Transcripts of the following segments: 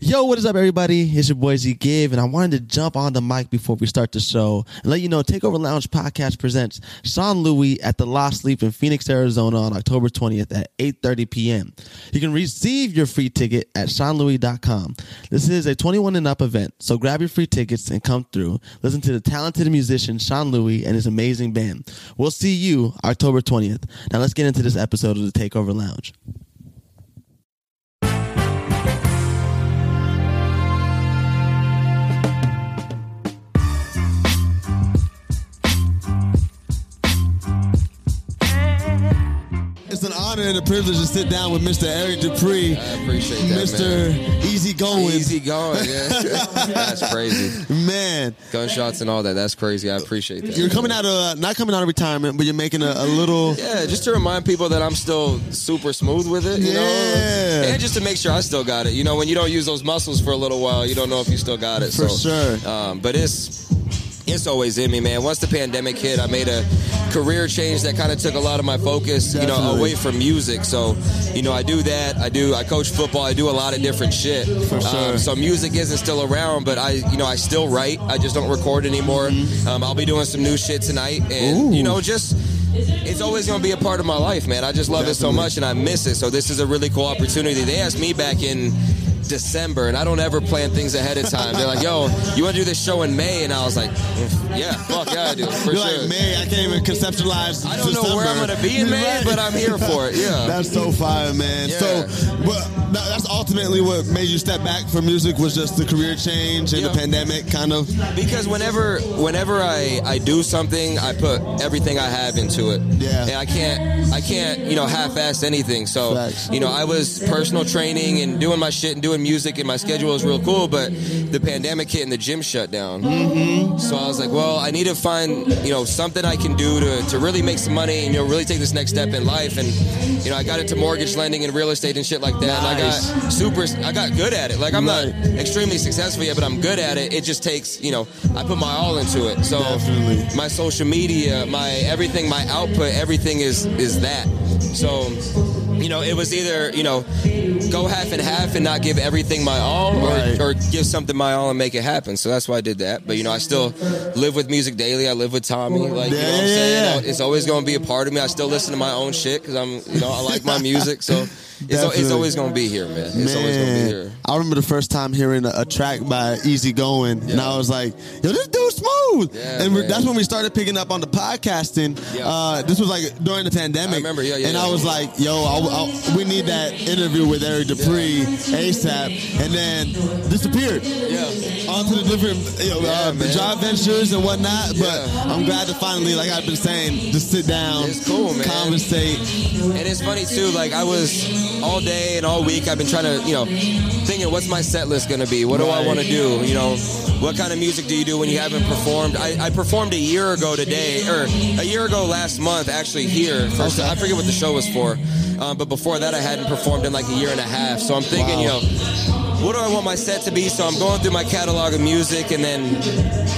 Yo, what is up, everybody? It's your boy Z Give, and I wanted to jump on the mic before we start the show and let you know Takeover Lounge Podcast presents Sean Louis at the Lost Sleep in Phoenix, Arizona on October 20th at 8.30 p.m. You can receive your free ticket at SeanLouis.com. This is a 21 and up event, so grab your free tickets and come through. Listen to the talented musician Sean Louis and his amazing band. We'll see you October 20th. Now let's get into this episode of the Takeover Lounge. It's an honor and a privilege to sit down with Mr. Eric Dupree, I appreciate that, Mr. man. Easy Going. Easy going, yeah. That's crazy. Man, Gunshots and all that. That's crazy. I appreciate that. you're coming out of not coming out of retirement, but you're making a, a little. Yeah, just to remind people that I'm still super smooth with it, you know? Yeah. And just to make sure I still got it. You know, when you don't use those muscles for a little while, you don't know if you still got it. For so, sure. Um, but it's it's always in me, man. Once the pandemic hit, I made a career change that kind of took a lot of my focus, you know, Definitely. away from music. So, you know, I do that. I do. I coach football. I do a lot of different shit. Um, For sure. so music isn't still around, but I, you know, I still write. I just don't record anymore. Um, I'll be doing some new shit tonight, and Mm-hmm. Ooh. you know, just it's always going to be a part of my life, man. I just love it so Definitely. much, and I miss it. So this is a really cool opportunity. They asked me back in. December and I don't ever plan things ahead of time. They're like, "Yo, you want to do this show in May?" And I was like, "Mm, "Yeah, fuck yeah, I do." For You're sure. like, man, I can't even conceptualize. I don't know where I'm December." gonna be in May, Right. but I'm here for it. Yeah. That's so fire, man. Yeah. So, but that- that's ultimately what made you step back from music was just the career change and the Yeah. pandemic, kind of. because whenever whenever I, I do something, I put everything I have into it. Yeah. And I can't I can't you know half-ass anything. So Facts. you know I was personal training and doing my shit and doing music and my schedule was real cool, but the pandemic hit and the gym shut down. So I was like, well, I need to find you know something I can do to, to really make some money and you know really take this next step in life. And you know I got into mortgage lending and real estate and shit like that. Nice. And I got super I got good at it. Like I'm Right. not extremely successful yet, but I'm good at it. It just takes, you know, I put my all into it. So Definitely. my social media, my everything, my output, everything is is that. So you know, it was either you know, go half and half and not give everything my all, or, Right. or give something my all and make it happen. So that's why I did that. But you know, I still live with music daily. I live with Tommy. Like you know what I'm Yeah, yeah, saying, yeah. it's always going to be a part of me. I still listen to my own shit because I'm you know I like my music. So it's, al- Definitely. it's always going to be here, man. It's always going to be here. Man, I remember the first time hearing a, a track by Easy Going, and I was like, "Yo, this dude's smooth." Yeah, and we man. that's when we started picking up on the podcasting. Yeah. Uh, this was like during the pandemic. I remember, yeah, yeah, And yeah. I was like, "Yo, I, I, we need that interview with Eric Dupree ASAP," and then disappeared Yeah. onto the different you know, Yeah, uh, man. job ventures and whatnot. But Yeah. I'm glad to finally, like I've been saying, just sit down, It's cool, man. conversate. And it's funny too, like I was all day and all week I've been trying to, you know, thinking what's my set list gonna be? What do I Right. wanna do? You know, what kind of music do you do when you haven't performed? I, I performed a year ago today, or a year ago last month actually here. First, I forget what the show was for. Um, but before that I hadn't performed in like a year and a half. So I'm thinking, Wow. you know, what do I want my set to be? So I'm going through my catalog of music, and then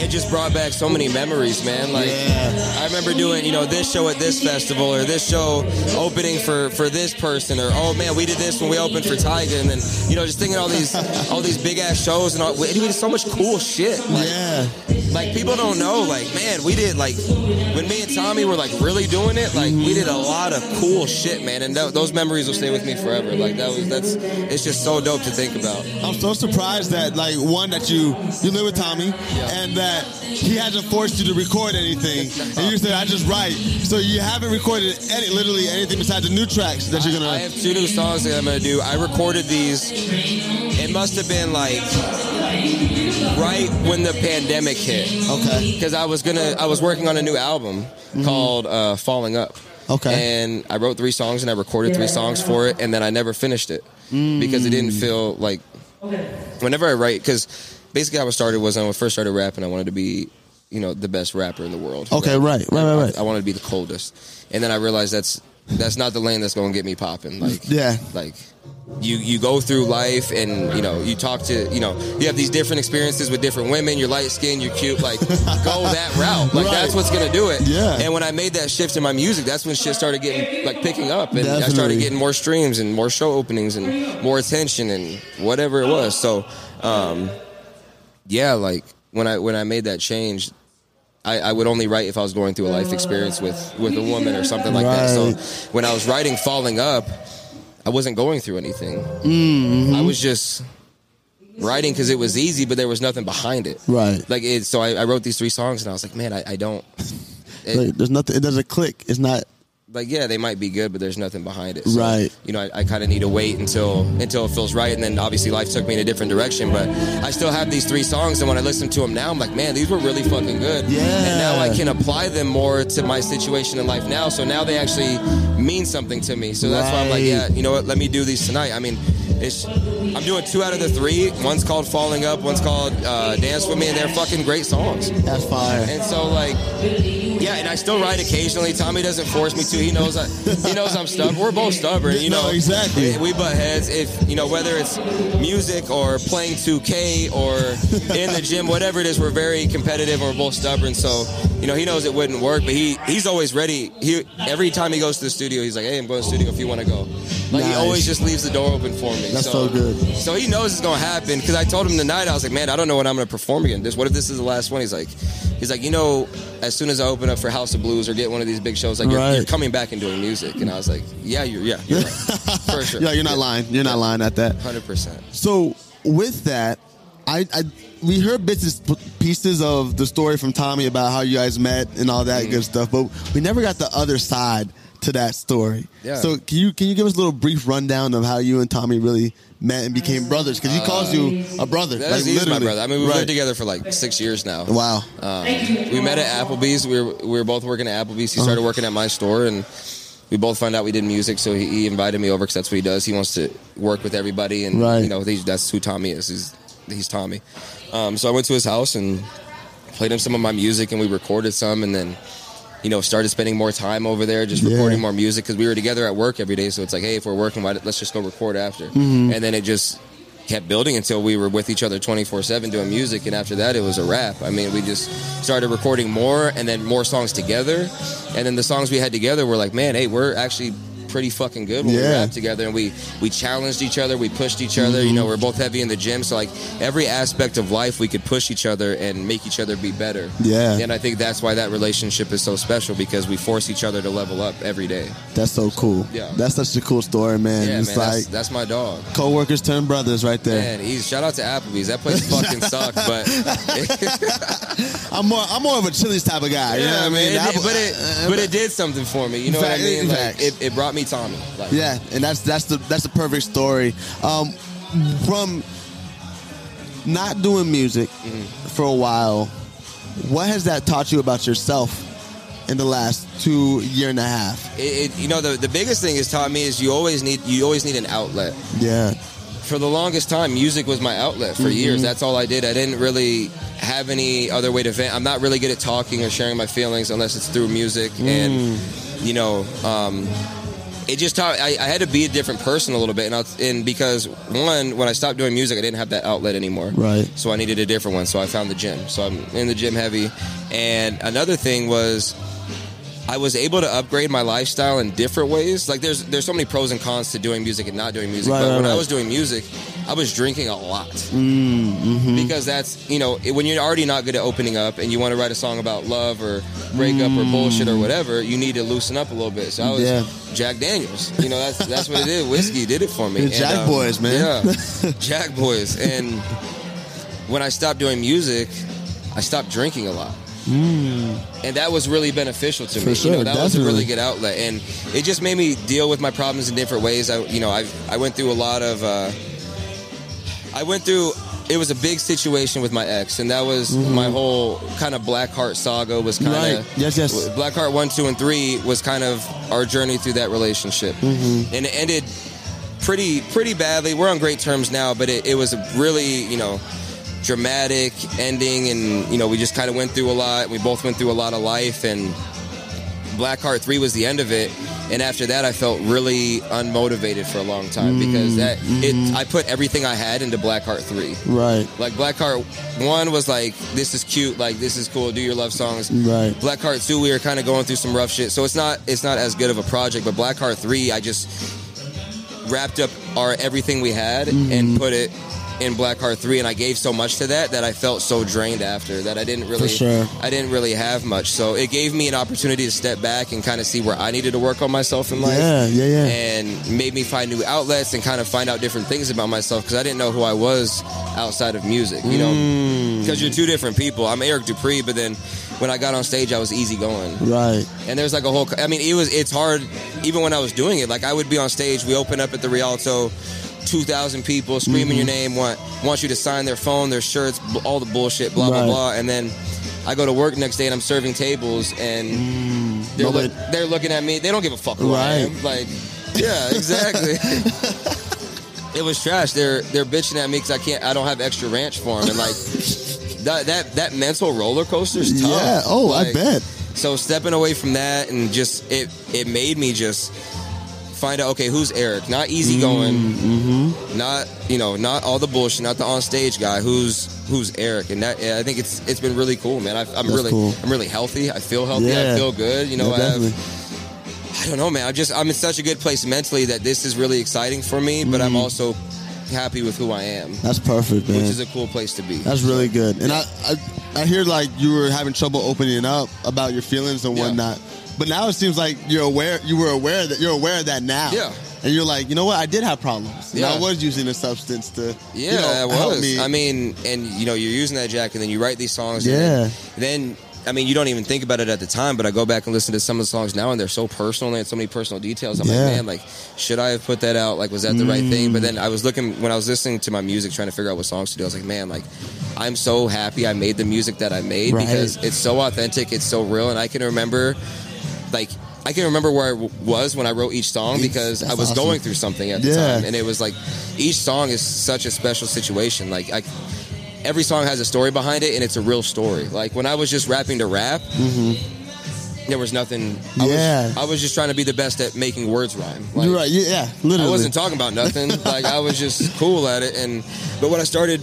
it just brought back so many memories, man. Like Yeah. I remember doing, you know, this show at this festival, or this show opening for for this person, or oh man, we did this when we opened for Tiger, and then you know, just thinking all these all these big ass shows and all. We did so much cool shit. Like, Yeah, like people don't know. Like man, we did like when me and Tommy were like really doing it. Like we did a lot of cool shit, man, and tho- those memories will stay with me forever. Like that was that's it's just so dope to think about. I'm so surprised that like one that you you live with Tommy and that he hasn't forced you to record anything. And you said I just write, so you haven't recorded any literally anything besides the new tracks that you're gonna. I have two new songs that I'm gonna do. I recorded these. It must have been like right when the pandemic hit, okay, Mm-hmm. because I was gonna. I was working on a new album called uh, "Falling Up." Okay. And I wrote three songs and I recorded three songs for it, and then I never finished it Mm. because it didn't feel like. Whenever I write, because basically how I started was when I first started rapping, I wanted to be, you know, the best rapper in the world. okay, right, right, right, right. I wanted to be the coldest, and then I realized that's that's not the lane that's going to get me popping. Like Yeah. like you you go through life and you know you talk to you know you have these different experiences with different women. You're light skinned, you're cute. Like go that route. Like Right. that's what's gonna do it. Yeah. And when I made that shift in my music, that's when shit started getting like picking up, and I Definitely. started getting more streams and more show openings and more attention and whatever it was. So, um, yeah, like when I when I made that change, I, I would only write if I was going through a life experience with with a woman or something like Right. that. So when I was writing Falling Up, I wasn't going through anything. Mm-hmm. I was just writing because it was easy, but there was nothing behind it. Right. Like it. So I, I wrote these three songs, and I was like, man, I, I don't. it- Like, there's nothing. It doesn't click. It's not like yeah, they might be good, but there's nothing behind it. So, Right. You know, I, I kind of need to wait until until it feels right, and then obviously life took me in a different direction. But I still have these three songs, and when I listen to them now, I'm like, man, these were really fucking good. Yeah. And now I can apply them more to my situation in life now. So now they actually mean something to me. So that's why I'm like, Right. yeah, you know what? Let me do these tonight. I mean. It's, I'm doing two out of the three. One's called Falling Up. One's called uh, Dance with Me, and they're fucking great songs. that's fire. And so like yeah, and I still write occasionally. Tommy doesn't force me to. He knows I, he knows I'm stubborn. We're both stubborn, you No, know. exactly. We butt heads if you know whether it's music or playing 2K or in the gym, whatever it is. We're very competitive and we're both stubborn. So you know he knows it wouldn't work, but he he's always ready. He every time he goes to the studio, he's like, "Hey, I'm going to the studio if you want to go." Like he Nice. always just leaves the door open for me. That's so good. So he knows it's gonna happen because I told him tonight. I was like, man, I don't know when I'm gonna perform again. This, what if this is the last one? He's like, he's like, you know, as soon as I open up for House of Blues or get one of these big shows, like you're, Right. you're coming back and doing music. And I was like, yeah, you're, yeah, you're right. for sure. Yeah, you're not lying. You're not lying at that. Hundred percent. So with that, I, I we heard bits and pieces of the story from Tommy about how you guys met and all that Mm-hmm. good stuff, but we never got the other side to that story. Yeah. So can you can you give us a little brief rundown of how you and Tommy really met and became brothers? Because he calls you a brother. That like, is he's my literally. brother. I mean, we've Right. lived together for like six years now. Wow. Um, we met at Applebee's. We were, we were both working at Applebee's. He started working at my store, and we both found out we did music. So he, he invited me over because that's what he does. He wants to work with everybody, and Right. you know he's, that's who Tommy is. He's he's Tommy. Um, so I went to his house and played him some of my music, and we recorded some, and then. You know, started spending more time over there, just Yeah. recording more music because we were together at work every day. So it's like, hey, if we're working, why, let's just go record after. Mm-hmm. And then it just kept building until we were with each other 24-7 doing music and after that it was a rap i mean we just started recording more and then more songs together and then the songs we had together were like man hey we're actually pretty fucking good when we Yeah. rap together and we we challenged each other we pushed each other you Mm-hmm. know we're both heavy in the gym so like every aspect of life we could push each other and make each other be better Yeah. and i think that's why that relationship is so special because we force each other to level up every day That's so cool. Yeah. That's such a cool story, man. yeah man it's that's, like that's my dog coworkers turn brothers right there. Man, he's, shout out to Applebee's. That place fucking sucked, but I'm more I'm more of a Chili's type of guy. you know what I mean? It I- did- but it but it did something for me. You know Fact- what I mean? Like, facts. it, it brought me Tommy. Like, Yeah, and that's that's the that's the perfect story. Um, from not doing music for a while, what has that taught you about yourself in the last two year and a half? It, it, you know the, the biggest thing it's taught me is you always need you always need an outlet. Yeah, For the longest time, music was my outlet for years. That's all I did. I didn't really have any other way to vent. I'm not really good at talking or sharing my feelings unless it's through music. And you know, um, it just taught I, I had to be a different person a little bit, and, I'll, and because one, when I stopped doing music, I didn't have that outlet anymore. Right. So I needed a different one. So I found the gym. So I'm in the gym heavy. And another thing was, I was able to upgrade my lifestyle in different ways. Like there's there's so many pros and cons to doing music and not doing music. Right, but right, when right. I was doing music, I was drinking a lot Mm-hmm. because that's you know it- when you're already not good at opening up and you want to write a song about love or breakup or bullshit or whatever you need to loosen up a little bit so i was Mm. Yeah. jack daniels you know that's that's what it did whiskey did it for me um, The Jack Boys, man. yeah jack boys and when i stopped doing music i stopped drinking a lot and that was really beneficial to me. For you sure, know, that was a definitely. really good outlet, and it just made me deal with my problems in different ways. I, you know, I I went through a lot of. Uh, I went through. It was a big situation with my ex, and that was my whole kind of Black Heart saga. Was kind Mm-hmm. Right. of Yes, yes. Black Heart one, two, and three was kind of our journey through that relationship, Mm-hmm. and it ended pretty pretty badly. We're on great terms now, but it, it was a really you know dramatic ending, and you know we just kind of went through a lot. We both went through a lot of life, and Black Heart three was the end of it. And after that, I felt really unmotivated for a long time because that it I put everything I had into Blackheart Three. Right. Like Blackheart One was like, this is cute, like this is cool, do your love songs. Right. Blackheart Two, we were kind of going through some rough shit, so it's not it's not as good of a project. But Blackheart Three, I just wrapped up our everything we had Mm-hmm. and put it in Blackheart Three, and I gave so much to that that I felt so drained after that I didn't really sure. I didn't really have much. So it gave me an opportunity to step back and kind of see where I needed to work on myself in life Yeah, yeah, yeah. and made me find new outlets and kind of find out different things about myself because I didn't know who I was outside of music, you know, because you're two different people. I'm Eric Dupree, but then when I got on stage, I was easygoing. Right. And there's like a whole, I mean, it was, it's hard even when I was doing it. Like I would be on stage, we open up at the Rialto, 2,000 people screaming your Mm-hmm. name, want, want you to sign their phone, their shirts, b- all the bullshit, blah, Right. blah, blah. And then I go to work next day and I'm serving tables and they're, Mm. Nobody- look- they're looking at me. They don't give a fuck who I Right. am. Like, yeah, exactly. it was trash. They're they're bitching at me because I can't. I don't have extra ranch for them. And like that that that mental roller coaster is tough. Yeah. Oh, I Like, bet. So stepping away from that and just it it made me just find out okay who's Eric not easygoing Mm-hmm. not you know not all the bullshit not the on stage guy who's who's Eric and that yeah, I think it's it's been really cool man I, I'm really cool. I'm really healthy I feel healthy Yeah. I feel good you know Yeah, I have definitely. I don't know, man. I'm just I'm in such a good place mentally that this is really exciting for me, but Mm-hmm. I'm also happy with who I am, That's perfect, man. which is a cool place to be. That's really good. And I, I I hear like you were having trouble opening up about your feelings and Yeah. whatnot. But now it seems like you're aware you were aware that you're aware of that now. Yeah. And you're like, you know what, I did have problems. And I Yeah. was using a substance to yeah, you know, that help was. me. I mean, and you know, you're using that jack, and then you write these songs. Yeah. And then, then, I mean, you don't even think about it at the time, but I go back and listen to some of the songs now, and they're so personal and they had so many personal details. I'm Yeah. like, man, like, should I have put that out? Like, was that the right thing? But then I was looking when I was listening to my music, trying to figure out what songs to do. I was like, man, like, I'm so happy I made the music that I made Right. because it's so authentic, it's so real, and I can remember, like. I can remember where I w- was when I wrote each song because I that's was awesome. going through something at the Yeah. time, and it was like each song is such a special situation. Like I, every song has a story behind it, and it's a real story. Like when I was just rapping to rap, Mm-hmm. there was nothing. I Yeah. was, I was just trying to be the best at making words rhyme. Like, you're right, yeah, yeah literally. I wasn't talking about nothing. like I was just cool at it. And but when I started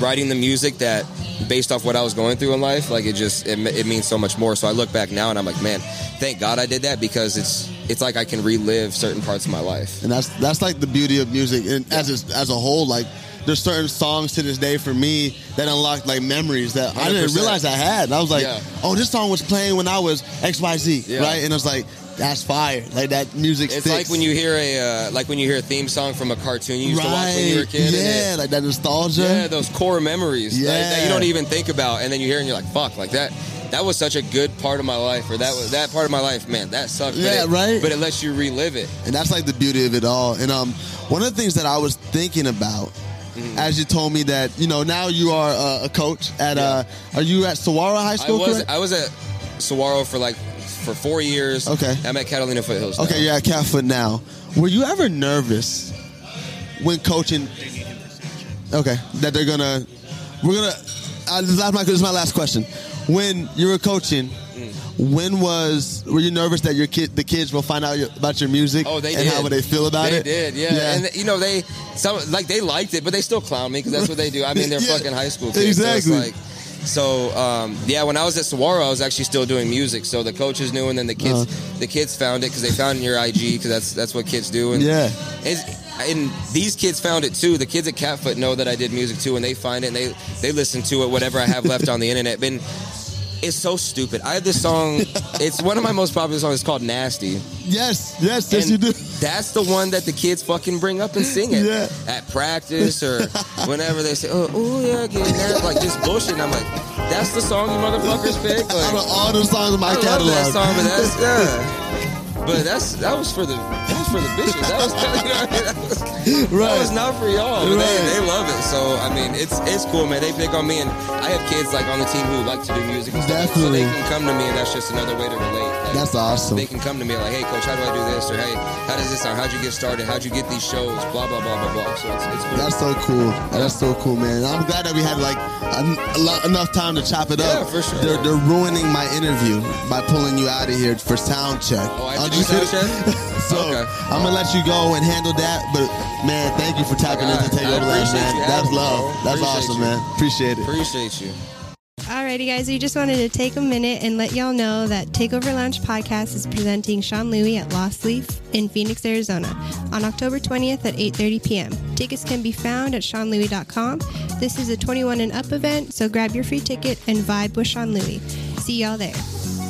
writing the music that based off what I was going through in life, like it just it, me- it means so much more. So I look back now and I'm like, man, thank God I did that because it's it's like I can relive certain parts of my life. and that's that's like the beauty of music and as a, as a whole like there's certain songs to this day for me that unlocked like memories that I didn't 100%. realize I had. And I was like, Yeah. oh, this song was playing when I was X Y Z, Yeah. right? And I was like, that's fire. Like that music It's sticks. like when you hear a uh, like when you hear a theme song from a cartoon you used to watch when you were a right? kid. and yeah, it- like that nostalgia. yeah, those core memories like, that Yeah. you don't even think about, and then you hear and you're like, "Fuck!" Like that. That was such a good part of my life, or that was that part of my life, man. That sucked. but Yeah, it- right? But it lets you relive it. and that's like the beauty of it all. And um, one of the things that I was thinking about. Mm-hmm. As you told me that you know now you are uh, a coach at uh, are you at Sawara High I School? was correct? I was at Saguaro for like for four years. Okay. I'm at Catalina Foothills. Okay, now. you're at Catfoot now. Were you ever nervous when coaching? Okay, that they're gonna, we're gonna. Uh, this, is my, this is my last question. When you were coaching, when was were you nervous that your kid, the kids, will find out your, about your music? Oh, they and did. how would they feel about They it? did, yeah. And you know they some like they liked it, but they still clown me because that's what they do. I mean, they're Yeah. fucking high school kids. Exactly. So, it's like, so um, yeah, when I was at Saguaro, I was actually still doing music. So the coaches knew, and then the kids Uh-huh. the kids found it because they found your IG because that's that's what kids do. And Yeah. it's, and these kids found it too. The kids at Catfoot know that I did music too, and they find it and they they listen to it. Whatever I have left on the internet, been it's so stupid. I have this song. it's one of my most popular songs. It's called "Nasty." yes, yes, yes, And you do. That's the one that the kids fucking bring up and sing it Yeah. at practice or whenever they say, "Oh, ooh, yeah, getting that," like just bullshit. And I'm like, "That's the song you motherfuckers pick." Out of Like, all the songs in my I love catalog, that song, but that's yeah. But that's that was for the that was for the bitches. That was, you know, what I mean? that was Right. that was not for y'all. But Right. they, they love it. So I mean, it's it's cool, man. They pick on me, and I have kids like on the team who like to do music. And stuff. So Definitely. they can come to me, and that's just another way to relate. Like, That's awesome. They can come to me like, hey, coach, how do I do this? Or hey, how does this sound? How'd you get started? How'd you get these shows? Blah blah blah blah blah. So it's it's cool. That's so cool. That's so cool, man. I'm glad that we had like a, a lot, enough time to chop it Yeah, up. for sure. They're, they're ruining my interview by pulling you out of here for sound check. Oh, I have to I'm do just sound kidding. check? so Okay. I'm gonna let you go and handle that. But man, thank you for tapping Like, into I- I Takeover Live, appreciate man. you That's having me, love. bro. That's Appreciate awesome, you. man. Appreciate it. Appreciate you. Alrighty, guys, we just wanted to take a minute and let y'all know that Takeover Lounge Podcast is presenting Sean Louie at Lost Leaf in Phoenix, Arizona, on October 20th at 8:30 p.m. Tickets can be found at SeanLouie.com. This is a 21 and up event, so grab your free ticket and vibe with Sean Louie. See y'all there.